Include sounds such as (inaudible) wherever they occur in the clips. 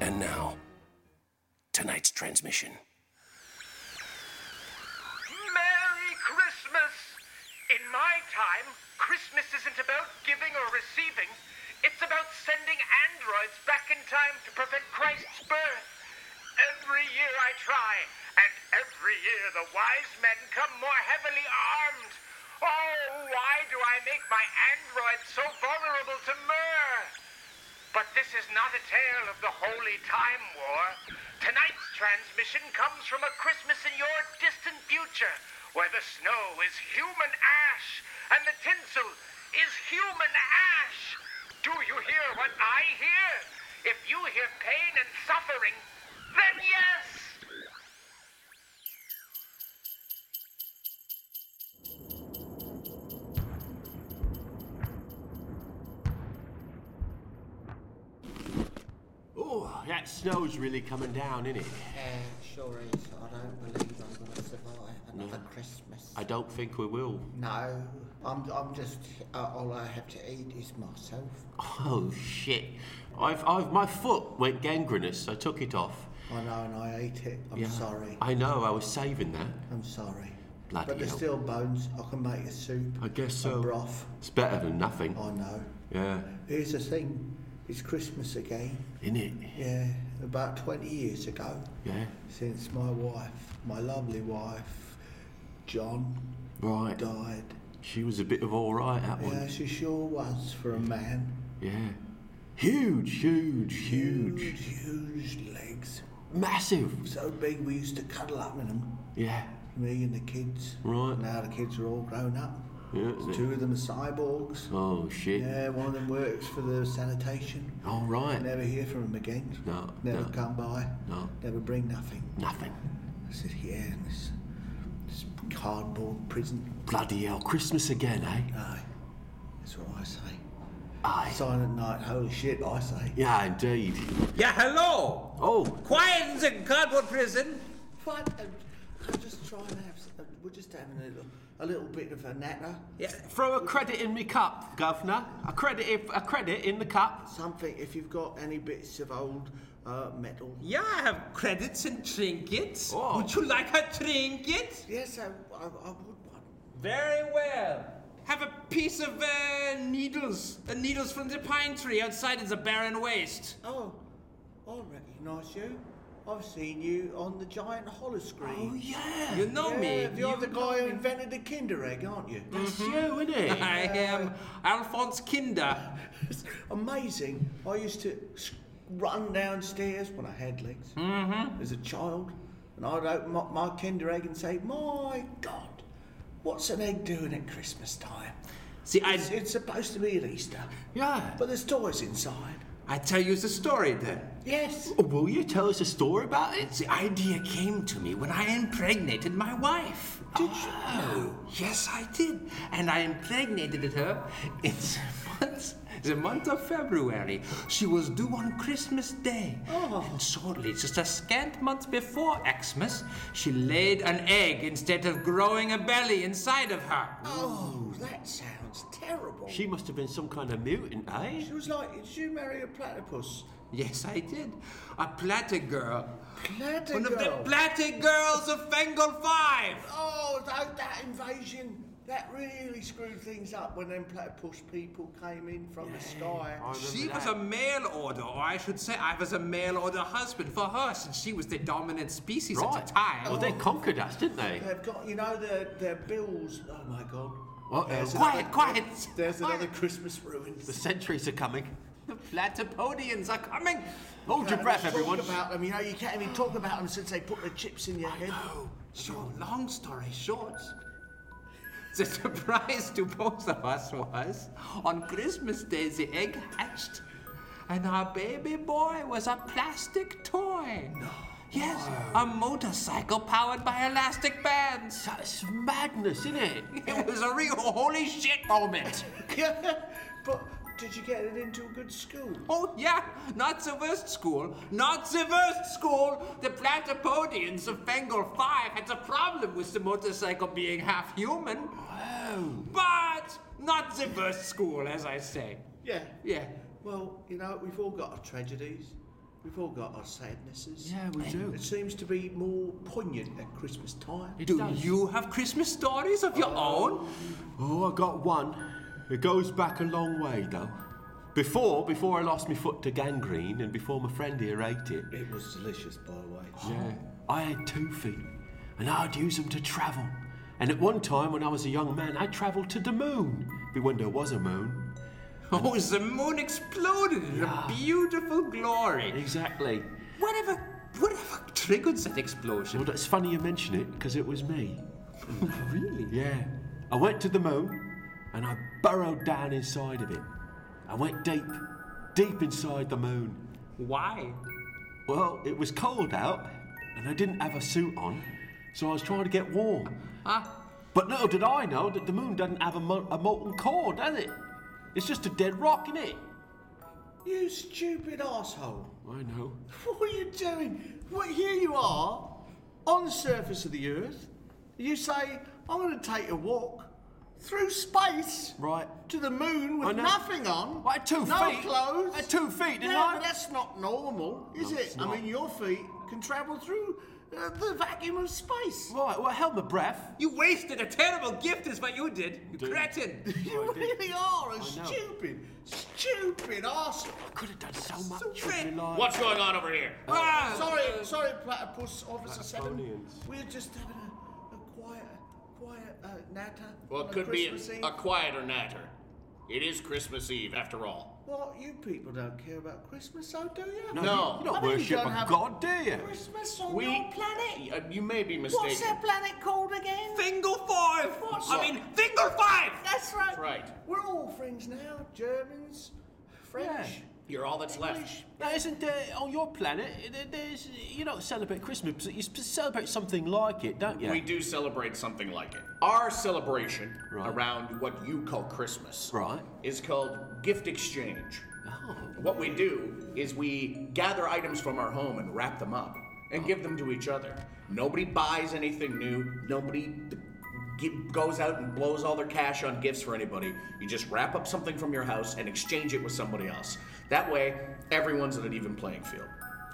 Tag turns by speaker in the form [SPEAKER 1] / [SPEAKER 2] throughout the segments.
[SPEAKER 1] And now, tonight's transmission.
[SPEAKER 2] Merry Christmas! In my time, Christmas isn't about giving or receiving. It's about sending androids back in time to prevent Christ's birth. Every year I try, and every year the wise men come more heavily armed. Oh, why do I make my androids so vulnerable to myrrh? But this is not a tale of the Holy Time War. Tonight's transmission comes from a Christmas in your distant future, where the snow is human ash and the tinsel is human ash. Do you hear what I hear? If you hear pain and suffering, then yes!
[SPEAKER 3] Oh, that snow's really coming down, isn't it?
[SPEAKER 4] sure is. I don't believe I'm going to survive another Christmas.
[SPEAKER 3] I don't think we will. (laughs)
[SPEAKER 4] No, I'm, I'm just, uh, all I have to eat is myself.
[SPEAKER 3] Oh shit! I've, I've, my foot went gangrenous. I took it off.
[SPEAKER 4] I know, and I ate it. I'm
[SPEAKER 3] Yeah.
[SPEAKER 4] sorry.
[SPEAKER 3] I know. I was saving that.
[SPEAKER 4] I'm sorry.
[SPEAKER 3] Bloody
[SPEAKER 4] but there's
[SPEAKER 3] hell.
[SPEAKER 4] still bones. I can make a soup.
[SPEAKER 3] I guess
[SPEAKER 4] A
[SPEAKER 3] so.
[SPEAKER 4] broth.
[SPEAKER 3] It's better than nothing.
[SPEAKER 4] I know.
[SPEAKER 3] Yeah,
[SPEAKER 4] Here's the thing. It's Christmas again.
[SPEAKER 3] isn't it?
[SPEAKER 4] Yeah, about 20 years ago,
[SPEAKER 3] Yeah.
[SPEAKER 4] since my wife, my lovely wife, John,
[SPEAKER 3] Right.
[SPEAKER 4] died.
[SPEAKER 3] She was a bit of all right. That
[SPEAKER 4] Yeah,
[SPEAKER 3] one.
[SPEAKER 4] she sure was for a man.
[SPEAKER 3] Yeah. Huge, huge, huge,
[SPEAKER 4] Huge, huge legs.
[SPEAKER 3] massive.
[SPEAKER 4] So big we used to cuddle up in them,
[SPEAKER 3] Yeah.
[SPEAKER 4] me and the kids.
[SPEAKER 3] Right.
[SPEAKER 4] Now the kids are all grown up.
[SPEAKER 3] Yeah. isn't it?
[SPEAKER 4] Two of them are cyborgs.
[SPEAKER 3] Oh shit.
[SPEAKER 4] Yeah, one of them works for the sanitation.
[SPEAKER 3] All right.
[SPEAKER 4] Never hear from him again.
[SPEAKER 3] No,
[SPEAKER 4] Never
[SPEAKER 3] no.
[SPEAKER 4] come by.
[SPEAKER 3] No.
[SPEAKER 4] Never bring nothing.
[SPEAKER 3] Nothing.
[SPEAKER 4] I sit here in this, this cardboard prison.
[SPEAKER 3] Bloody hell! Christmas again, eh?
[SPEAKER 4] Aye. That's what I say.
[SPEAKER 3] Aye.
[SPEAKER 4] Silent night, holy shit, I say.
[SPEAKER 3] Yeah, indeed.
[SPEAKER 5] Yeah, hello!
[SPEAKER 3] Oh,
[SPEAKER 5] Quiet in the cardboard prison!
[SPEAKER 4] But um, I'm just trying to have. s- uh, We're just having a little, a little bit of a natter.
[SPEAKER 5] Yeah,
[SPEAKER 3] Throw a credit in me cup, Governor. A credit, if, a credit in the cup.
[SPEAKER 4] Something. If you've got any bits of old uh, metal.
[SPEAKER 5] yeah, I have credits and trinkets.
[SPEAKER 3] Oh.
[SPEAKER 5] Would you like a trinket?
[SPEAKER 4] Yes, I, I, I would want.
[SPEAKER 5] Very well. Have a piece of uh, needles, uh, needles from the pine tree outside in the barren waste.
[SPEAKER 4] Oh, I recognise you. I've seen you on the giant hollow
[SPEAKER 3] Oh,
[SPEAKER 4] screen.
[SPEAKER 3] yeah.
[SPEAKER 5] You know me.
[SPEAKER 4] yeah, you're
[SPEAKER 5] you
[SPEAKER 4] the guy who invented the Kinder Egg, aren't you? Mm-hmm.
[SPEAKER 3] It's you, Oh, isn't it?
[SPEAKER 5] (laughs) I am Alphonse Kinder.
[SPEAKER 4] It's amazing. I used to s- run downstairs when I had legs
[SPEAKER 5] Mm-hmm.
[SPEAKER 4] as a child, and I'd open up my Kinder Egg and say, "My God, what's an egg doing at Christmas time?
[SPEAKER 5] See, I,
[SPEAKER 4] It's, it's supposed to be at Easter,
[SPEAKER 3] Yeah.
[SPEAKER 4] but there's toys inside."
[SPEAKER 5] I tell you the story then.
[SPEAKER 4] Yes.
[SPEAKER 3] Oh, will you tell us a story about it?
[SPEAKER 5] The idea came to me when I impregnated my wife.
[SPEAKER 4] Did you?
[SPEAKER 3] Ah.
[SPEAKER 5] Oh, yes, I did. And I impregnated her in the months the month of February. She was due on Christmas Day.
[SPEAKER 4] Oh.
[SPEAKER 5] And shortly, just a scant month before Xmas, she laid an egg instead of growing a belly inside of her.
[SPEAKER 4] Oh, that sounds terrible.
[SPEAKER 3] She must have been some kind of mutant, eh?
[SPEAKER 4] She was like, did you marry a platypus?
[SPEAKER 5] Yes, I did. A platter girl.
[SPEAKER 4] Platypus.
[SPEAKER 5] One of the platter girls of Fengal 5!
[SPEAKER 4] Oh, that, that invasion. That really screwed things up when them platypus people came in from the
[SPEAKER 3] I
[SPEAKER 4] sky.
[SPEAKER 3] remember
[SPEAKER 5] She was
[SPEAKER 3] that.
[SPEAKER 5] a mail order, or I should say, I was a mail order husband for her, since she was the dominant species
[SPEAKER 3] Right.
[SPEAKER 5] at the time.
[SPEAKER 3] Well, they conquered us, didn't they?
[SPEAKER 4] They've got, you know, their, their bills. Oh my god.
[SPEAKER 3] What?
[SPEAKER 4] There's
[SPEAKER 3] Quiet,
[SPEAKER 4] another-
[SPEAKER 3] quiet.
[SPEAKER 4] There's another
[SPEAKER 3] Quiet.
[SPEAKER 4] Christmas
[SPEAKER 3] The
[SPEAKER 4] (laughs) ruins.
[SPEAKER 3] sentries are coming.
[SPEAKER 5] The platypodians are coming!
[SPEAKER 3] Hold your breath,
[SPEAKER 4] Talk
[SPEAKER 3] everyone.
[SPEAKER 4] about them. You know, you can't even talk about them since they put the chips in your head.
[SPEAKER 5] Oh, so long story short. The surprise to both of us was on Christmas Day the egg hatched, and our baby boy was a plastic toy. Yes, a motorcycle powered by elastic bands.
[SPEAKER 3] That's madness, isn't it?
[SPEAKER 5] It was a real holy shit moment.
[SPEAKER 4] (laughs) but did you get it into a good school?
[SPEAKER 5] Oh, yeah, not the worst school, not the worst school. The platypodians of Bengal 5 had a problem with the motorcycle being half human. But not the worst school, as I say.
[SPEAKER 4] Yeah.
[SPEAKER 5] Yeah.
[SPEAKER 4] Well, you know, we've all got our tragedies. We've all got our sadnesses.
[SPEAKER 3] Yeah, we do.
[SPEAKER 4] It seems to be more poignant at Christmas time.
[SPEAKER 5] Do you have Christmas stories of your own?
[SPEAKER 3] Oh, I got one. It goes back a long way, though. Before, before I lost my foot to gangrene and before my friend here ate it, Oh,
[SPEAKER 4] It was delicious, by the way.
[SPEAKER 3] I had two feet and I'd use them to travel. And at one time when I was a young man, I travelled to the moon. But when there was a moon.
[SPEAKER 5] Oh, the moon exploded in a beautiful glory.
[SPEAKER 3] Exactly.
[SPEAKER 5] Whatever, whatever triggered that explosion?
[SPEAKER 3] Well, that's funny you mention it because it was
[SPEAKER 4] (laughs)
[SPEAKER 3] me.
[SPEAKER 5] Really?
[SPEAKER 3] Yeah. I went to the moon and I burrowed down inside of it. I went deep, deep inside the moon.
[SPEAKER 5] Why?
[SPEAKER 3] Well, it was cold out and I didn't have a suit on, so I was trying to get warm.
[SPEAKER 5] Ah,
[SPEAKER 3] But little did I know that the moon doesn't have a, mo- a molten core, does it? It's just a dead rock, isn't it?
[SPEAKER 4] You stupid asshole! (laughs)
[SPEAKER 3] I know.
[SPEAKER 4] What are you doing? Well, here you are, on the surface of the Earth. You say, I'm going to take a walk through space.
[SPEAKER 3] Right.
[SPEAKER 4] To the moon
[SPEAKER 3] I
[SPEAKER 4] with
[SPEAKER 3] know.
[SPEAKER 4] nothing on.
[SPEAKER 3] Well, at two
[SPEAKER 4] no
[SPEAKER 3] feet-
[SPEAKER 4] clothes.
[SPEAKER 3] at two feet, didn't
[SPEAKER 4] yeah,
[SPEAKER 3] I?
[SPEAKER 4] but that's not normal, is
[SPEAKER 3] No,
[SPEAKER 4] it?
[SPEAKER 3] it's
[SPEAKER 4] I
[SPEAKER 3] not.
[SPEAKER 4] mean, your feet can travel through uh, the vacuum of space.
[SPEAKER 3] Right, well, I held my breath.
[SPEAKER 5] you wasted a terrible gift, is what you did, you cretin.
[SPEAKER 4] (laughs) You really are a
[SPEAKER 3] know.
[SPEAKER 4] stupid, stupid asshole.
[SPEAKER 3] I could have done so much
[SPEAKER 5] great.
[SPEAKER 3] with my life.
[SPEAKER 6] What's going on over here?
[SPEAKER 5] Ah,
[SPEAKER 4] Sorry, sorry, Platypus Officer Seven.
[SPEAKER 3] Platonians.
[SPEAKER 4] We're just having a, a quiet, quiet uh, natter.
[SPEAKER 6] Well,
[SPEAKER 4] on
[SPEAKER 6] it
[SPEAKER 4] a
[SPEAKER 6] could be
[SPEAKER 4] Christmas
[SPEAKER 6] a,
[SPEAKER 4] Eve.
[SPEAKER 6] a quieter natter. It is Christmas Eve, after all.
[SPEAKER 4] What you people don't care about Christmas, so do you?
[SPEAKER 3] No,
[SPEAKER 6] No.
[SPEAKER 3] you, you don't
[SPEAKER 4] I mean, you
[SPEAKER 3] worship
[SPEAKER 4] don't
[SPEAKER 3] a
[SPEAKER 4] have-
[SPEAKER 3] god, do you?
[SPEAKER 4] Christmas on your planet.
[SPEAKER 6] Uh, you may be mistaken.
[SPEAKER 4] What's that planet called again?
[SPEAKER 5] Finger five!
[SPEAKER 4] What's
[SPEAKER 5] I
[SPEAKER 4] up?
[SPEAKER 5] mean, finger five!
[SPEAKER 4] That's right.
[SPEAKER 6] Right.
[SPEAKER 4] We're all friends now. Germans, French,
[SPEAKER 6] You're all that's left.
[SPEAKER 4] English.
[SPEAKER 3] Now, isn't there on your planet? there- There's you don't celebrate Christmas, but you sp- celebrate something like it, don't you?
[SPEAKER 6] We do celebrate something like it. Our celebration
[SPEAKER 3] Right.
[SPEAKER 6] around what you call Christmas
[SPEAKER 3] Right.
[SPEAKER 6] is called gift exchange.
[SPEAKER 3] Oh.
[SPEAKER 6] What we do is we gather items from our home and wrap them up and give them to each other. Nobody buys anything new. Nobody gi- goes out and blows all their cash on gifts for anybody. You just wrap up something from your house and exchange it with somebody else. That way, everyone's on an even playing field.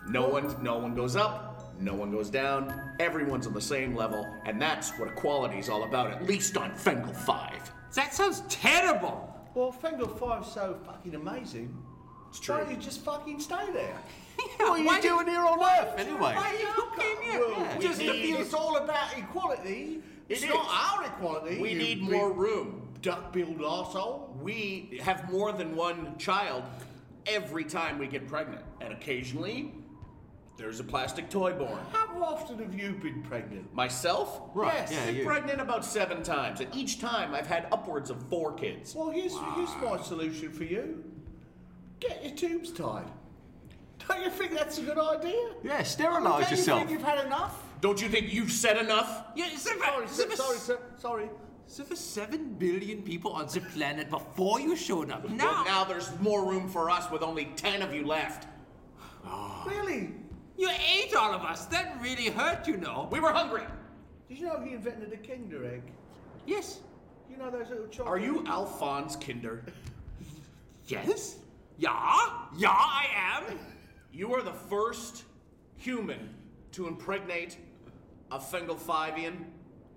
[SPEAKER 6] No one, no one goes up. No one goes down. Everyone's on the same level, and that's what equality is all about. At least on Fengal Five.
[SPEAKER 5] That sounds terrible!
[SPEAKER 4] Well, Fengal Five's so fucking amazing.
[SPEAKER 6] It's true.
[SPEAKER 4] Why don't you just fucking stay there?
[SPEAKER 3] What are you
[SPEAKER 5] why did-
[SPEAKER 3] doing here on Earth anyway?
[SPEAKER 5] Why you came here?
[SPEAKER 4] Well,
[SPEAKER 5] Yeah.
[SPEAKER 4] Just
[SPEAKER 6] We
[SPEAKER 4] if
[SPEAKER 6] need-
[SPEAKER 4] it's all about equality. It's
[SPEAKER 6] It
[SPEAKER 4] not
[SPEAKER 6] is.
[SPEAKER 4] our equality.
[SPEAKER 6] We
[SPEAKER 4] you
[SPEAKER 6] need
[SPEAKER 4] big
[SPEAKER 6] more room.
[SPEAKER 4] duck-billed arsehole.
[SPEAKER 6] We have more than one child every time we get pregnant, and occasionally there's a plastic toy born.
[SPEAKER 4] How often have you been pregnant?
[SPEAKER 6] Myself,
[SPEAKER 3] Right,
[SPEAKER 6] yes,
[SPEAKER 3] yeah,
[SPEAKER 6] been
[SPEAKER 3] you.
[SPEAKER 6] pregnant about seven times, and each time I've had upwards of four kids.
[SPEAKER 4] Well, here's, here's my solution for you. Get your tubes tied. Don't you think that's a good idea?
[SPEAKER 3] Yeah,
[SPEAKER 4] I mean,
[SPEAKER 3] sterilise
[SPEAKER 4] don't you
[SPEAKER 3] yourself.
[SPEAKER 4] think you've had enough?
[SPEAKER 6] Don't you think you've said enough?
[SPEAKER 5] Yeah, is there,
[SPEAKER 6] Sorry,
[SPEAKER 5] is
[SPEAKER 6] sir,
[SPEAKER 5] there-
[SPEAKER 6] sorry, sir. Sorry.
[SPEAKER 5] is there seven billion people on the planet before you showed up. Now,
[SPEAKER 6] Well, now there's more room for us with only ten of you left.
[SPEAKER 4] Really?
[SPEAKER 5] you ate all of us. That really hurt, you know.
[SPEAKER 6] We were hungry.
[SPEAKER 4] Did you know he invented a Kinder egg?
[SPEAKER 5] Yes.
[SPEAKER 4] You know those little chocolate.
[SPEAKER 6] Are you Alphonse Kinder?
[SPEAKER 5] Yes. Yeah. Yeah, I am.
[SPEAKER 6] You are the first human to impregnate a Fengelfivian.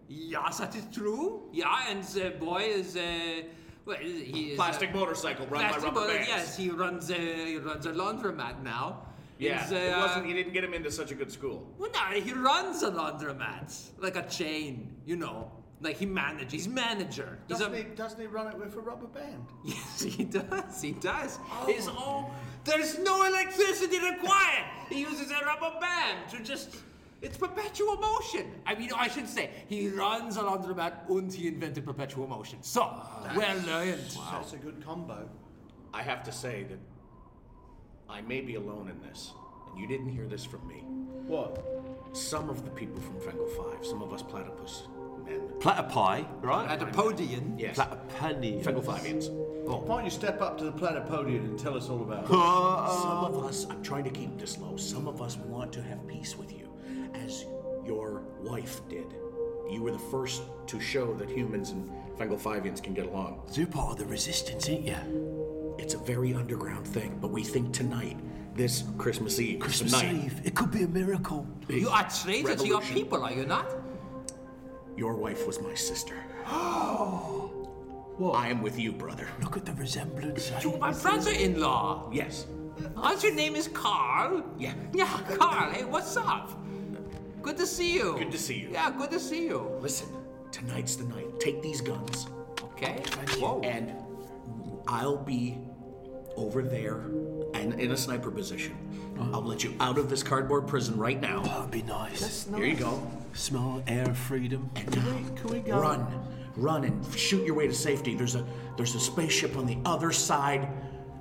[SPEAKER 5] Yes, that is true. Yeah, and the boy is uh, well, he is
[SPEAKER 6] Plastic
[SPEAKER 5] uh,
[SPEAKER 6] motorcycle run
[SPEAKER 5] plastic
[SPEAKER 6] by rubber
[SPEAKER 5] boy,
[SPEAKER 6] bands.
[SPEAKER 5] Yes, he runs a he runs a laundromat now.
[SPEAKER 6] Yeah,
[SPEAKER 5] He's, uh,
[SPEAKER 6] it wasn't. He didn't get him into such a good school.
[SPEAKER 5] Well, no, he runs a laundromat like a chain, you know. Like he manages. He's manager. He's
[SPEAKER 4] Doesn't,
[SPEAKER 5] a,
[SPEAKER 4] he, doesn't he run it with a rubber band?
[SPEAKER 5] Yes, he does. He does.
[SPEAKER 6] Oh.
[SPEAKER 5] It's all. There's no electricity required. He uses a rubber band to just. It's perpetual motion. I mean, I should say he runs a laundromat and he invented perpetual motion. So,
[SPEAKER 6] Ah,
[SPEAKER 5] well learned.
[SPEAKER 4] That's a good combo.
[SPEAKER 6] I have to say that I may be alone in this, and you didn't hear this from me.
[SPEAKER 4] What?
[SPEAKER 6] Some of the people from Fengel Five, some of us platypus men,
[SPEAKER 3] Platypi,
[SPEAKER 5] At
[SPEAKER 3] right?
[SPEAKER 5] the podium.
[SPEAKER 6] yes,
[SPEAKER 3] Platypanians.
[SPEAKER 6] Fengelfivians.
[SPEAKER 4] Why don't you step up to the platypodium and tell us all about it?
[SPEAKER 3] Uh,
[SPEAKER 6] Some of us, I'm trying to keep this low. Some of us want to have peace with you, as your wife did. You were the first to show that humans and Fengelfivians can get along.
[SPEAKER 3] you're part of the resistance, ain't you?
[SPEAKER 6] It's a very underground thing, but we think tonight, this Christmas Eve,
[SPEAKER 3] Christmas
[SPEAKER 6] tonight,
[SPEAKER 3] Eve. It could be a miracle.
[SPEAKER 5] You are traitor to your
[SPEAKER 6] Revolution.
[SPEAKER 5] people, are you not?
[SPEAKER 6] Your wife was my sister. I am with you, brother.
[SPEAKER 3] Look at the resemblance. eh?
[SPEAKER 5] You are my brother-in-law.
[SPEAKER 6] Yes.
[SPEAKER 5] Aren't your name is Carl?
[SPEAKER 6] Yeah.
[SPEAKER 5] Yeah, Carl. Hey, what's up? Good to see you.
[SPEAKER 6] Good to see you.
[SPEAKER 5] Yeah, good to see you.
[SPEAKER 6] Listen, tonight's the night. Take these guns,
[SPEAKER 5] Okay.
[SPEAKER 6] and I'll be over there and in a sniper position. I'll let you out of this cardboard prison right now.
[SPEAKER 3] That'd be nice.
[SPEAKER 6] Here you go.
[SPEAKER 3] Small air of freedom.
[SPEAKER 6] And now,
[SPEAKER 4] Can we go?
[SPEAKER 6] run, run, and shoot your way to safety. There's a there's a spaceship on the other side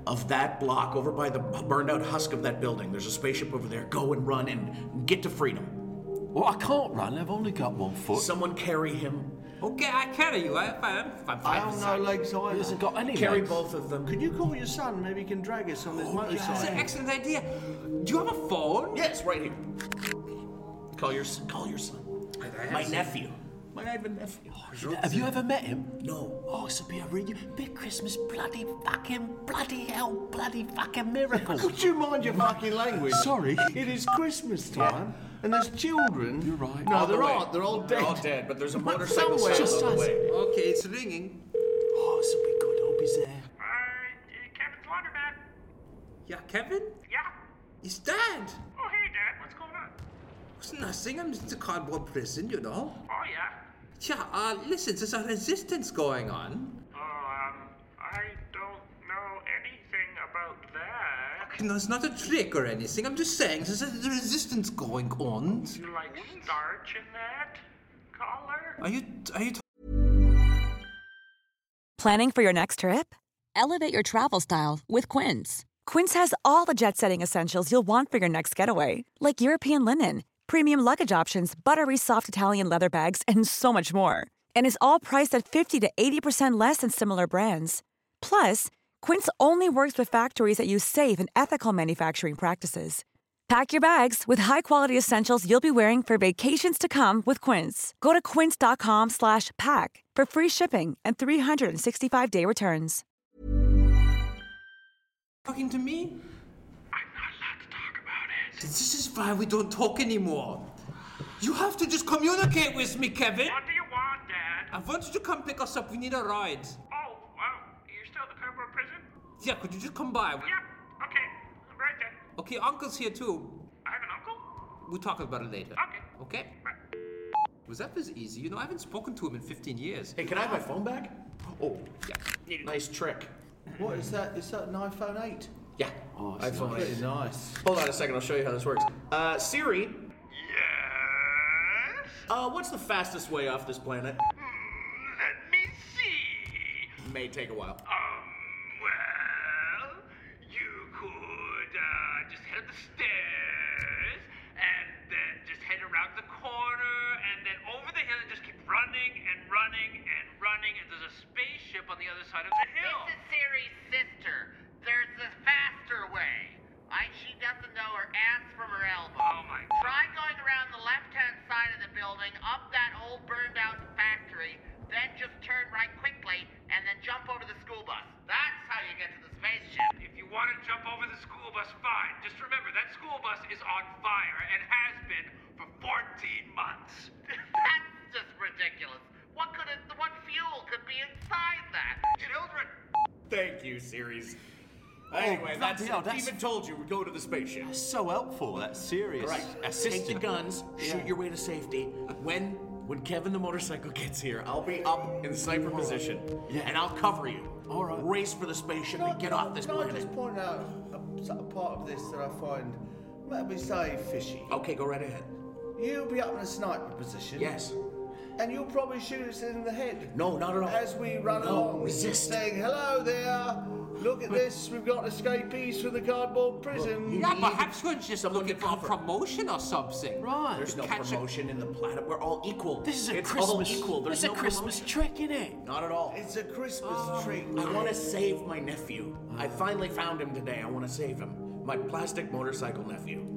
[SPEAKER 6] of that block, over by the burned out husk of that building. There's a spaceship over there. Go and run and get to freedom.
[SPEAKER 3] Well, I can't run. I've only got one foot.
[SPEAKER 6] Someone carry him.
[SPEAKER 5] Okay, I carry you. I, I'm, I'm
[SPEAKER 4] I
[SPEAKER 5] fine.
[SPEAKER 4] don't know legs
[SPEAKER 3] he
[SPEAKER 4] either.
[SPEAKER 3] hasn't got any
[SPEAKER 6] Carry
[SPEAKER 3] legs.
[SPEAKER 6] both of them.
[SPEAKER 4] Could you call your son? Maybe he can drag us
[SPEAKER 6] Oh,
[SPEAKER 4] on this
[SPEAKER 5] That's
[SPEAKER 4] motorcycle.
[SPEAKER 5] an excellent idea. Do you have a phone?
[SPEAKER 6] Yes, right here. Call your s- call your son. My nephew. My even nephew.
[SPEAKER 3] Oh, Have you ever met him?
[SPEAKER 6] No.
[SPEAKER 3] Oh, this would be a really big Christmas bloody fucking bloody hell bloody fucking
[SPEAKER 6] (laughs)
[SPEAKER 3] miracle.
[SPEAKER 4] Would you mind your fucking language?
[SPEAKER 3] Sorry.
[SPEAKER 4] It is Christmas time, and there's children.
[SPEAKER 3] You're right.
[SPEAKER 4] No,
[SPEAKER 3] All
[SPEAKER 4] there aren't. They're all dead.
[SPEAKER 6] They're all dead, but there's a
[SPEAKER 4] (laughs) But
[SPEAKER 6] motorcycle
[SPEAKER 4] somewhere-
[SPEAKER 6] just on the
[SPEAKER 3] Just us.
[SPEAKER 6] way.
[SPEAKER 5] Okay, it's ringing.
[SPEAKER 3] Oh, this will be good. I hope he's there.
[SPEAKER 2] Kevin's laundromat.
[SPEAKER 5] Yeah, Kevin?
[SPEAKER 2] Uh, Yeah.
[SPEAKER 5] He's dead.
[SPEAKER 2] Oh, hey, Dad. What's going on?
[SPEAKER 5] It's nothing. I'm just a cardboard prison, you know.
[SPEAKER 2] Oh, yeah.
[SPEAKER 5] Yeah, uh, listen, there's a resistance going on.
[SPEAKER 2] Oh, um, I don't know anything about that.
[SPEAKER 5] No, it's not a trick or anything. I'm just saying there's a resistance going on.
[SPEAKER 2] You like starch in that collar?
[SPEAKER 5] Are you are you
[SPEAKER 7] Planning for your next trip?
[SPEAKER 8] Elevate your travel style with Quince.
[SPEAKER 7] Quince has all the jet setting essentials you'll want for your next getaway, like European linen, premium luggage options, buttery soft Italian leather bags, and so much more. And is all priced at 50 to 80% less than similar brands. Plus, Quince only works with factories that use safe and ethical manufacturing practices. Pack your bags with high-quality essentials you'll be wearing for vacations to come with Quince. Go to quince.com/pack slash pack for free shipping and 365-day returns.
[SPEAKER 5] talking to me?
[SPEAKER 2] I'm not allowed to talk about it.
[SPEAKER 5] This is why we don't talk anymore. You have to just communicate with me, Kevin.
[SPEAKER 2] What do you want, Dad?
[SPEAKER 5] I want you to come pick us up. We need a ride.
[SPEAKER 2] Oh, wow. You're still at the Cardboard Prison?
[SPEAKER 5] Yeah, could you just come by?
[SPEAKER 2] Yeah. Okay. I'm right there.
[SPEAKER 5] Okay, Uncle's here too.
[SPEAKER 2] I have an uncle?
[SPEAKER 5] We'll talk about it later.
[SPEAKER 2] Okay.
[SPEAKER 5] Okay? Was that was easy? You know, I haven't spoken to him in 15 years.
[SPEAKER 6] Hey, can I have my phone back? Oh,
[SPEAKER 5] Yeah.
[SPEAKER 6] nice trick.
[SPEAKER 4] What is that? Is that an iPhone 8?
[SPEAKER 6] Yeah. iPhone.
[SPEAKER 4] Very nice.
[SPEAKER 6] Hold on a second. I'll show you how this works. Uh, Siri,
[SPEAKER 2] Yes.
[SPEAKER 6] uh, what's the fastest way off this planet?
[SPEAKER 2] Hmm, let me see.
[SPEAKER 6] May take a while.
[SPEAKER 2] Um, well, you could uh, just head up the stairs and then just head around the corner.
[SPEAKER 9] morning, and there's a spaceship on the other side of the hill.
[SPEAKER 2] This is Siri's sister. There's the faster way. I, she doesn't know her ass from her elbow.
[SPEAKER 9] Oh my God.
[SPEAKER 2] Try going around the left-hand side of the building, up that old burned-out factory, then just turn right quickly, and then jump over the school bus. That's how you get to the spaceship.
[SPEAKER 9] If you want to jump over the school bus, fine. Just remember that school bus is on fire and has been for 14 months.
[SPEAKER 2] (laughs)
[SPEAKER 9] (laughs)
[SPEAKER 2] That's just ridiculous. What could it, what fuel could be inside that?
[SPEAKER 9] Children,
[SPEAKER 3] Thank you, series. Anyway,
[SPEAKER 6] bloody
[SPEAKER 3] that's,
[SPEAKER 6] hell, Oh, that's-
[SPEAKER 3] even told you go to the spaceship.
[SPEAKER 6] So helpful, that serious
[SPEAKER 3] Right.
[SPEAKER 6] assistant.
[SPEAKER 3] Take the guns, shoot your way to safety. When when Kevin the motorcycle gets here, I'll be up in the sniper position.
[SPEAKER 6] Oh. Yeah.
[SPEAKER 3] And I'll cover you.
[SPEAKER 6] All right.
[SPEAKER 3] Race for the spaceship and get off this
[SPEAKER 4] can I
[SPEAKER 3] planet.
[SPEAKER 4] just point out a, s- a part of this that I find, let me say, fishy?
[SPEAKER 3] Okay, go right ahead.
[SPEAKER 4] You'll be up in a sniper position.
[SPEAKER 3] Yes.
[SPEAKER 4] And you'll probably shoot us in the head.
[SPEAKER 3] No, not at all.
[SPEAKER 4] As we run
[SPEAKER 3] No,
[SPEAKER 4] along,
[SPEAKER 3] resist.
[SPEAKER 4] saying, "Hello there! Look at this! We've got escapees from the cardboard prison."
[SPEAKER 5] Yeah,
[SPEAKER 3] need
[SPEAKER 5] perhaps we're just
[SPEAKER 3] someone
[SPEAKER 5] looking
[SPEAKER 3] to
[SPEAKER 5] for a
[SPEAKER 3] cover.
[SPEAKER 5] promotion or something.
[SPEAKER 6] Right.
[SPEAKER 3] There's no
[SPEAKER 5] Catch it.
[SPEAKER 3] promotion in the planet. We're all equal.
[SPEAKER 6] This is a
[SPEAKER 3] it's
[SPEAKER 6] Christmas.
[SPEAKER 3] all equal. There's
[SPEAKER 6] it's
[SPEAKER 3] no
[SPEAKER 6] a Christmas
[SPEAKER 3] promotion.
[SPEAKER 6] trick, isn't it?
[SPEAKER 3] Not at all.
[SPEAKER 4] It's a Christmas
[SPEAKER 3] Oh.
[SPEAKER 4] treat.
[SPEAKER 3] I want to save my nephew. I finally found him today. I want to save him. My plastic motorcycle nephew.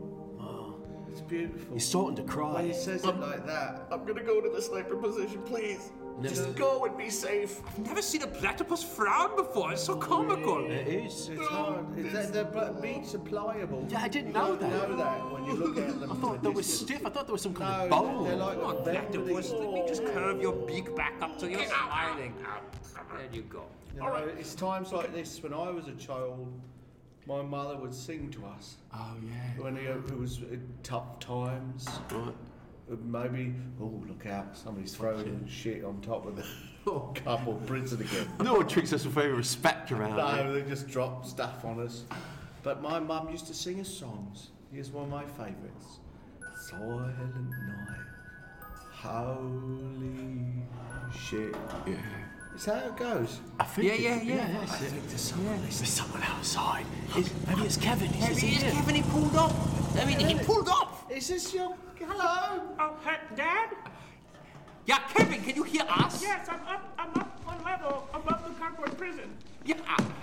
[SPEAKER 4] It's beautiful.
[SPEAKER 6] He's starting to
[SPEAKER 4] When he
[SPEAKER 6] cry.
[SPEAKER 4] says it like that,
[SPEAKER 3] I'm gonna go to the sniper position, please. Just go and be safe.
[SPEAKER 5] Never seen a platypus frown before. It's so comical.
[SPEAKER 6] It is.
[SPEAKER 4] it's hard. Is that the bl- meat's are pliable?
[SPEAKER 6] Yeah, I didn't
[SPEAKER 4] You
[SPEAKER 6] know
[SPEAKER 4] don't
[SPEAKER 6] that.
[SPEAKER 4] Know that when you look at them.
[SPEAKER 6] I thought that was stiff. I thought there was some
[SPEAKER 4] No,
[SPEAKER 6] kind
[SPEAKER 4] they're
[SPEAKER 6] of bone.
[SPEAKER 4] like
[SPEAKER 5] Come on, platypus. Let me just curve your beak back up till you're
[SPEAKER 9] Get out.
[SPEAKER 5] smiling. There you go.
[SPEAKER 4] You know, it's times like this when I was a child, my mother would sing to us.
[SPEAKER 6] Oh yeah.
[SPEAKER 4] When it was in tough times, Uh,
[SPEAKER 6] Right.
[SPEAKER 4] maybe, oh, look out, somebody's throwing shit on top (laughs) of the cardboard prison again.
[SPEAKER 6] No one treats us with any respect around
[SPEAKER 4] No, they just drop stuff on us. But my mum used to sing us songs. Here's one of my favourites Silent Night, Holy Shit.
[SPEAKER 6] here.
[SPEAKER 4] It's how it goes.
[SPEAKER 6] I think
[SPEAKER 5] Yeah,
[SPEAKER 6] it-
[SPEAKER 5] yeah, yeah.
[SPEAKER 6] I think there's someone, there's someone outside. Is- maybe it's Kevin. Is
[SPEAKER 5] Maybe
[SPEAKER 6] it
[SPEAKER 5] it's
[SPEAKER 6] Ian?
[SPEAKER 5] Kevin, he pulled up. I mean, he pulled up.
[SPEAKER 4] Is this your. Hello?
[SPEAKER 9] Oh, he- Dad?
[SPEAKER 5] Yeah, Kevin, can you hear us?
[SPEAKER 9] Yes, I'm up, I'm up one level above the cardboard prison.
[SPEAKER 5] Yeah,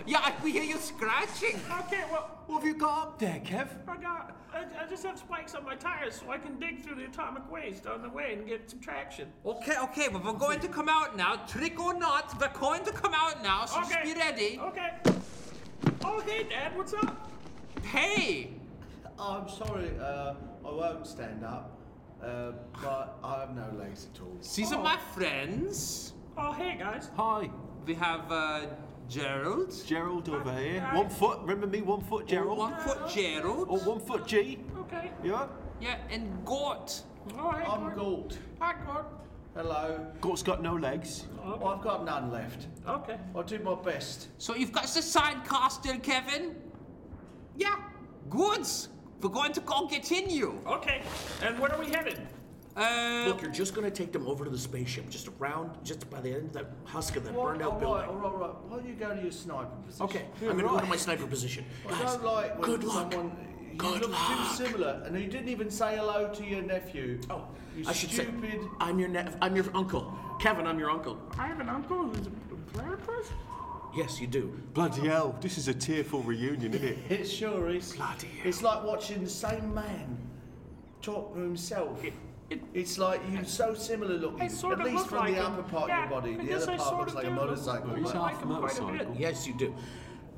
[SPEAKER 5] yeah, I- we hear you scratching.
[SPEAKER 9] Okay, well,
[SPEAKER 6] What have you got up there, Kev?
[SPEAKER 9] I got, I, I just have spikes on my tires so I can dig through the atomic waste on the way and get some traction.
[SPEAKER 5] Okay, okay, but we're going to come out now. Trick or not, we're going to come out now, so just be ready.
[SPEAKER 9] Okay. Oh, hey, Dad, what's up?
[SPEAKER 5] Hey!
[SPEAKER 4] I'm sorry, uh, I won't stand up, uh, but I have no legs at all.
[SPEAKER 5] These are my friends.
[SPEAKER 9] Oh, hey, guys.
[SPEAKER 6] Hi,
[SPEAKER 5] We have uh, Gerald.
[SPEAKER 6] Gerald over here. One foot. Remember me, one
[SPEAKER 4] Oh,
[SPEAKER 6] foot, Gerald.
[SPEAKER 5] One foot Gerald.
[SPEAKER 6] Or
[SPEAKER 9] Oh.
[SPEAKER 6] one foot, G.
[SPEAKER 9] Okay.
[SPEAKER 6] Yeah.
[SPEAKER 5] Yeah, and Gort.
[SPEAKER 9] All right,
[SPEAKER 4] I'm
[SPEAKER 9] Gordon.
[SPEAKER 4] Galt.
[SPEAKER 9] Hi, Gordon.
[SPEAKER 4] Hello.
[SPEAKER 6] Gort's got no legs.
[SPEAKER 4] I've got none left.
[SPEAKER 9] Okay.
[SPEAKER 4] I'll do my best.
[SPEAKER 5] So you've got the side still, Kevin? Yeah. Good. We're going to go get in you.
[SPEAKER 9] Okay. And where are we headed?
[SPEAKER 5] Uh,
[SPEAKER 3] Look, you're just gonna take them over to the spaceship, just around, just by the end of that husk of that
[SPEAKER 4] All
[SPEAKER 3] burned
[SPEAKER 4] right,
[SPEAKER 3] out
[SPEAKER 4] all right,
[SPEAKER 3] building.
[SPEAKER 4] all right. Why don't you go to your sniper position?
[SPEAKER 3] Okay, I'm gonna go to my sniper position.
[SPEAKER 4] I
[SPEAKER 3] Guys,
[SPEAKER 4] don't like when
[SPEAKER 3] good luck.
[SPEAKER 4] someone you
[SPEAKER 3] Good
[SPEAKER 4] look too
[SPEAKER 3] luck.
[SPEAKER 4] similar, and you didn't even say hello to your nephew.
[SPEAKER 3] Oh,
[SPEAKER 4] you
[SPEAKER 3] I should say,
[SPEAKER 4] stupid.
[SPEAKER 3] I'm your ne- I'm your uncle, Kevin. I'm your uncle.
[SPEAKER 9] I have an uncle who's a platypus.
[SPEAKER 3] Yes, you do.
[SPEAKER 6] Bloody hell, this is a tearful reunion, isn't it?
[SPEAKER 4] It sure is.
[SPEAKER 6] Bloody hell.
[SPEAKER 4] It's like watching the same man talk to himself.
[SPEAKER 9] it-
[SPEAKER 4] it's like you're so similar looking,
[SPEAKER 9] I sort
[SPEAKER 4] at
[SPEAKER 9] of
[SPEAKER 4] least
[SPEAKER 9] look
[SPEAKER 4] from
[SPEAKER 9] like
[SPEAKER 4] the
[SPEAKER 9] him.
[SPEAKER 4] upper part
[SPEAKER 9] yeah,
[SPEAKER 4] of your body.
[SPEAKER 9] I
[SPEAKER 4] The
[SPEAKER 9] guess
[SPEAKER 4] other
[SPEAKER 9] I
[SPEAKER 4] part
[SPEAKER 9] sort
[SPEAKER 4] looks
[SPEAKER 9] of
[SPEAKER 4] like a
[SPEAKER 9] do
[SPEAKER 4] motorcycle.
[SPEAKER 9] Look,
[SPEAKER 6] He's
[SPEAKER 9] look
[SPEAKER 6] half
[SPEAKER 9] like him quite a bit.
[SPEAKER 6] motorcycle.
[SPEAKER 3] Yes, you do.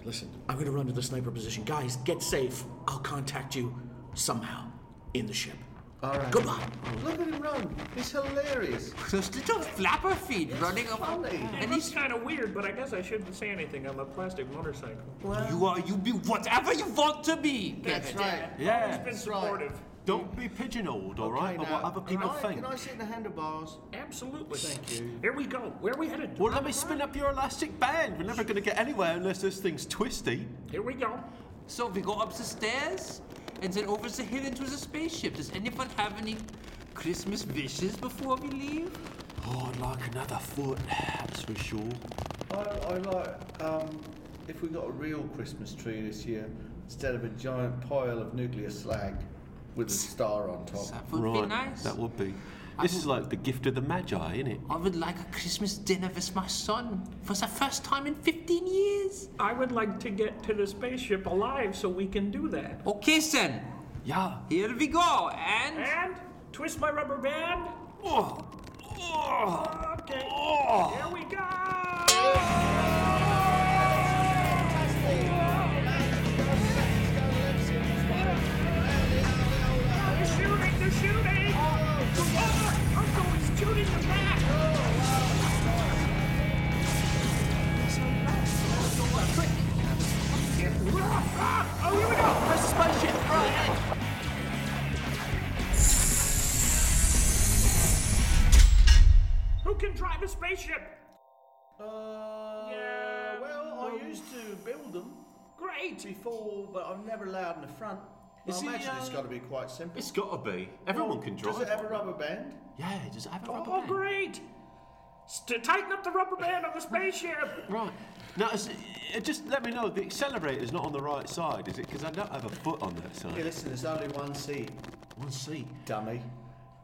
[SPEAKER 3] Listen, I'm gonna run to the sniper position. Guys, get safe. I'll contact you somehow in the ship.
[SPEAKER 4] All right.
[SPEAKER 3] Goodbye.
[SPEAKER 4] Look at him run. It's hilarious.
[SPEAKER 5] those little flapper feet running up.
[SPEAKER 4] funny.
[SPEAKER 9] It
[SPEAKER 5] And
[SPEAKER 9] looks
[SPEAKER 5] he's
[SPEAKER 9] kind of weird, but I guess I shouldn't say anything on the plastic motorcycle.
[SPEAKER 5] you are you be whatever you want to be,
[SPEAKER 4] That's
[SPEAKER 5] Kevin.
[SPEAKER 4] right.
[SPEAKER 9] It's
[SPEAKER 6] Yeah.
[SPEAKER 9] been
[SPEAKER 4] right.
[SPEAKER 9] supportive.
[SPEAKER 6] Don't be pigeonholed, all
[SPEAKER 4] Okay,
[SPEAKER 6] right? By
[SPEAKER 4] now,
[SPEAKER 6] what other
[SPEAKER 4] can
[SPEAKER 6] people
[SPEAKER 4] I-
[SPEAKER 6] think.
[SPEAKER 4] Can I sit in the handlebars?
[SPEAKER 9] Absolutely.
[SPEAKER 4] Thank you.
[SPEAKER 9] Here we go. Where are we headed?
[SPEAKER 6] Well, let me spin up your elastic band. We're never going to get anywhere unless this thing's twisty.
[SPEAKER 9] Here we go.
[SPEAKER 5] So we go up the stairs and then over the hill into the spaceship. Does anyone have any Christmas wishes before we leave?
[SPEAKER 6] Oh, I'd like another foot, that's for sure.
[SPEAKER 4] I, I like um, if we got a real Christmas tree this year instead of a giant pile of nuclear slag with a star on top.
[SPEAKER 5] That would be nice.
[SPEAKER 6] That would be.
[SPEAKER 3] This is like the gift of the Magi, isn't it?
[SPEAKER 5] I would like a Christmas dinner with my son for the first time in 15 years.
[SPEAKER 9] I would like to get to the spaceship alive so we can do that.
[SPEAKER 5] Okay, then.
[SPEAKER 3] Yeah.
[SPEAKER 5] Here we go. And.
[SPEAKER 9] And twist my rubber band.
[SPEAKER 5] Oh.
[SPEAKER 9] Okay. Here we go. They're shooting. They're shooting. Oh, Uncle is shooting the back. Oh, here we go. Press the spaceship. Who can drive a spaceship?
[SPEAKER 4] Uh,
[SPEAKER 9] Yeah,
[SPEAKER 4] well, I used to build them
[SPEAKER 9] Great.
[SPEAKER 4] before, but I'm never allowed in the front.
[SPEAKER 3] Is
[SPEAKER 4] I
[SPEAKER 3] he,
[SPEAKER 4] imagine it's
[SPEAKER 3] uh,
[SPEAKER 4] got to be quite simple.
[SPEAKER 3] It's got to be. Everyone can drive.
[SPEAKER 4] Does it have a rubber band?
[SPEAKER 3] Yeah, does it have a rubber
[SPEAKER 9] Oh,
[SPEAKER 3] band?
[SPEAKER 9] great! St- tighten up the rubber band on
[SPEAKER 3] (laughs)
[SPEAKER 9] the spaceship.
[SPEAKER 3] Right. Now, is it, just let me know. The accelerator's not on the right side, is it? Because I don't have a foot on that
[SPEAKER 4] Hey,
[SPEAKER 3] side.
[SPEAKER 4] listen, there's only one seat,
[SPEAKER 3] One seat.
[SPEAKER 4] dummy.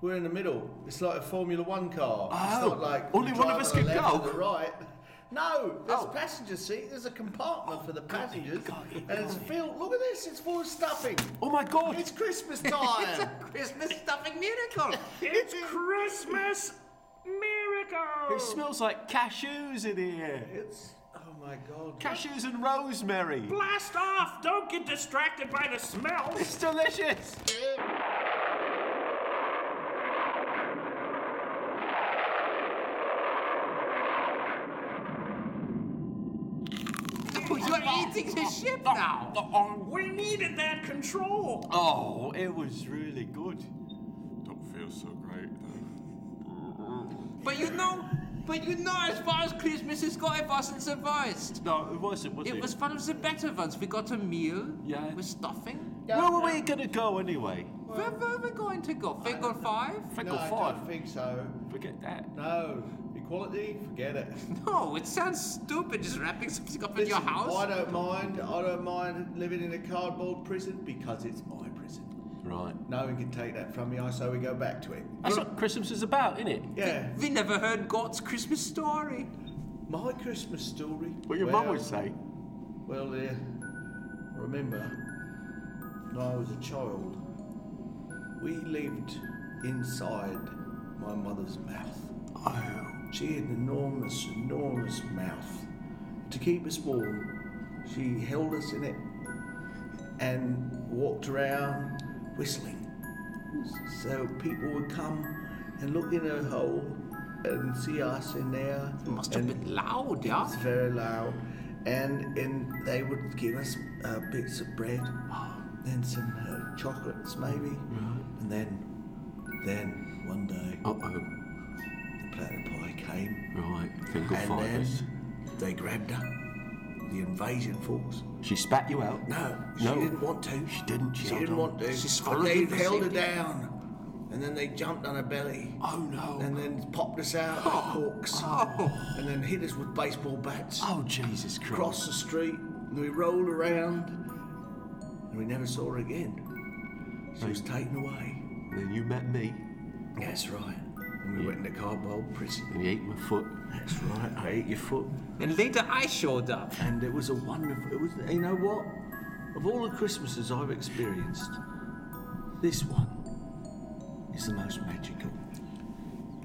[SPEAKER 4] We're in the middle. It's like a Formula One car. it's
[SPEAKER 3] Oh,
[SPEAKER 4] not like
[SPEAKER 3] only
[SPEAKER 4] you
[SPEAKER 3] one of
[SPEAKER 4] drive
[SPEAKER 3] us
[SPEAKER 4] on the
[SPEAKER 3] can
[SPEAKER 4] left
[SPEAKER 3] go.
[SPEAKER 4] or The right. No, there's
[SPEAKER 3] Oh.
[SPEAKER 4] a passenger seat. There's a compartment for the
[SPEAKER 3] got it,
[SPEAKER 4] passengers,
[SPEAKER 3] got it,
[SPEAKER 4] and it's
[SPEAKER 3] got it.
[SPEAKER 4] filled. Look at this. It's full of stuffing.
[SPEAKER 3] Oh my God!
[SPEAKER 4] It's
[SPEAKER 3] (laughs)
[SPEAKER 4] Christmas time.
[SPEAKER 5] It's a Christmas stuffing miracle.
[SPEAKER 9] It's Christmas miracle.
[SPEAKER 3] It smells like cashews in here.
[SPEAKER 4] It's- oh my god.
[SPEAKER 3] Cashews and rosemary.
[SPEAKER 9] Blast off! Don't get distracted by the smell.
[SPEAKER 3] It's delicious.
[SPEAKER 5] Oh, You're eating the ship now.
[SPEAKER 9] We needed that control.
[SPEAKER 3] Oh, it was really good.
[SPEAKER 10] Don't feel so great.
[SPEAKER 5] But you know, but you know, as far as Christmas is going, it wasn't the worst.
[SPEAKER 3] No, it wasn't, was it?
[SPEAKER 5] It was one of the better ones. We got a meal
[SPEAKER 3] Yeah.
[SPEAKER 5] with stuffing.
[SPEAKER 3] Where were we gonna go anyway?
[SPEAKER 5] Where were we going to go? Figure five?
[SPEAKER 3] Fickle
[SPEAKER 4] No, I
[SPEAKER 3] five.
[SPEAKER 4] don't think so.
[SPEAKER 3] Forget that.
[SPEAKER 4] No, equality.
[SPEAKER 3] (laughs)
[SPEAKER 4] Forget it.
[SPEAKER 5] No, it sounds stupid just wrapping something up in your
[SPEAKER 4] Listen, I
[SPEAKER 5] house.
[SPEAKER 4] don't mind. I don't mind living in a cardboard prison because it's my prison.
[SPEAKER 3] Right.
[SPEAKER 4] No one can take that from me. I so we go back to it.
[SPEAKER 3] That's what Christmas is about, isn't it?
[SPEAKER 4] Yeah.
[SPEAKER 5] We never heard God's Christmas story.
[SPEAKER 4] My Christmas story.
[SPEAKER 3] What your mum would say.
[SPEAKER 4] Well, dear, I remember when I was a child, we lived inside my mother's mouth. Oh. She had an enormous, enormous mouth. To keep us warm, she held us in it and walked around whistling. So people would come and look in her hole and see us in there.
[SPEAKER 5] It must have
[SPEAKER 4] and
[SPEAKER 5] been loud, yeah?
[SPEAKER 4] it's very loud, and and they would give us uh, bits of bread, then some uh, chocolates maybe,
[SPEAKER 3] Mm-hmm.
[SPEAKER 4] and then then one day
[SPEAKER 3] Uh oh.
[SPEAKER 4] the platter pie came,
[SPEAKER 3] Right. Fickle
[SPEAKER 4] and then they grabbed her. The invasion force.
[SPEAKER 3] She spat you out.
[SPEAKER 4] No,
[SPEAKER 3] No.
[SPEAKER 4] she didn't want to. She
[SPEAKER 3] didn't, she
[SPEAKER 4] She,
[SPEAKER 3] held
[SPEAKER 4] didn't
[SPEAKER 3] on.
[SPEAKER 4] want to.
[SPEAKER 5] She
[SPEAKER 4] but
[SPEAKER 5] swallowed
[SPEAKER 4] they
[SPEAKER 5] it for
[SPEAKER 4] held her
[SPEAKER 5] safety.
[SPEAKER 4] down, and then they jumped on her belly.
[SPEAKER 3] Oh no. Oh.
[SPEAKER 4] And then popped us out like hawks, and then hit us with baseball bats.
[SPEAKER 3] oh Jesus Christ.
[SPEAKER 4] across the street and we rolled around and we never saw her again. She was taken away.
[SPEAKER 3] And then you met me
[SPEAKER 4] That's right. And we went into cardboard prison.
[SPEAKER 3] and you ate my foot.
[SPEAKER 4] That's right. I ate your foot.
[SPEAKER 5] And later I showed up.
[SPEAKER 4] And it was a wonderful. It was. You know what? Of all the Christmases I've experienced, this one is the most magical.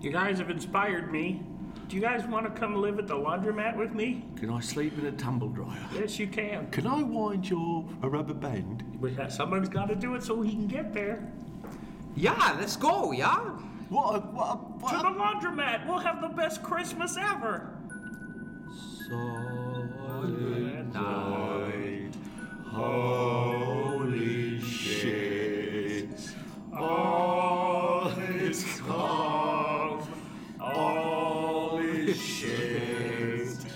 [SPEAKER 9] You guys have inspired me. Do you guys want to come live at the laundromat with me?
[SPEAKER 4] Can I sleep in a tumble dryer?
[SPEAKER 9] Yes, you can.
[SPEAKER 3] Can I wind your a rubber band?
[SPEAKER 9] But that- someone's got to do it so he can get there.
[SPEAKER 5] Yeah, let's go, yeah?
[SPEAKER 3] What a what a
[SPEAKER 9] To
[SPEAKER 3] what
[SPEAKER 9] the laundromat. We'll have the best Christmas ever.
[SPEAKER 4] Silent
[SPEAKER 3] night. Holy shit. All is calm. All is shit.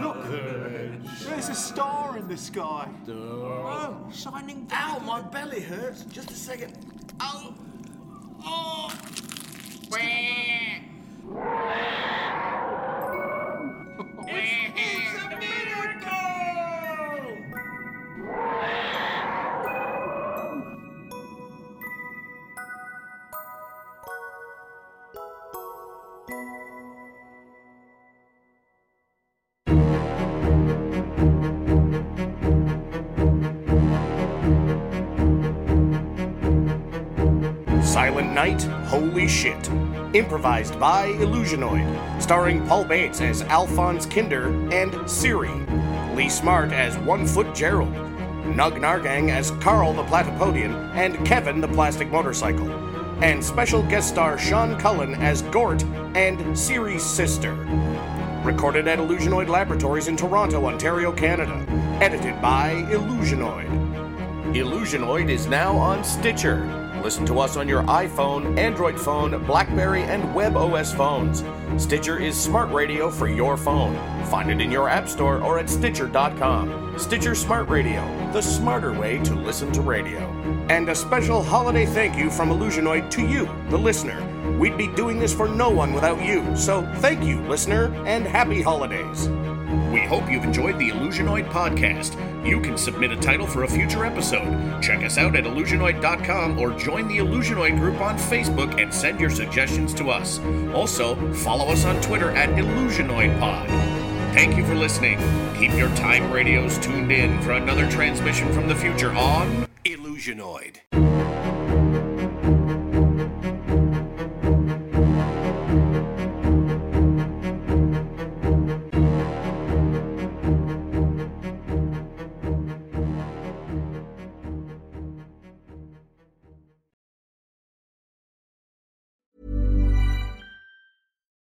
[SPEAKER 3] Look, there's a star in the sky.
[SPEAKER 5] Oh, shining
[SPEAKER 4] Ow,
[SPEAKER 5] down.
[SPEAKER 4] my belly hurts. Just a second.
[SPEAKER 5] Oh, oh.
[SPEAKER 9] It's a miracle!
[SPEAKER 4] Silent Night, Holy Shit. Improvised by Illusionoid, starring Paul Bates as Alphonse Kinder and Siri, Lee Smart as One Foot Gerald, Nug Nargang as Carl the Platypodian and Kevin the Plastic Motorcycle, and special guest star Sean Cullen as Gort and Siri's sister. Recorded at Illusionoid Laboratories in Toronto, Ontario, Canada. Edited by Illusionoid. Illusionoid is now on Stitcher. Listen to us on your iPhone, Android phone, Blackberry, and WebOS phones. Stitcher is smart radio for your phone. Find it in your App Store or at Stitcher.com. Stitcher Smart Radio, the smarter way to listen to radio. And a special holiday thank you from Illusionoid to you, the listener. We'd be doing this for no one without you, so thank you, listener, and happy holidays.
[SPEAKER 11] We hope you've enjoyed the Illusionoid podcast. You can submit a title for a future episode. Check us out at illusionoid.com or join the Illusionoid group on Facebook and send your suggestions to us. Also, follow us on Twitter at IllusionoidPod. Thank you for listening. Keep your time radios tuned in for another transmission from the future on Illusionoid.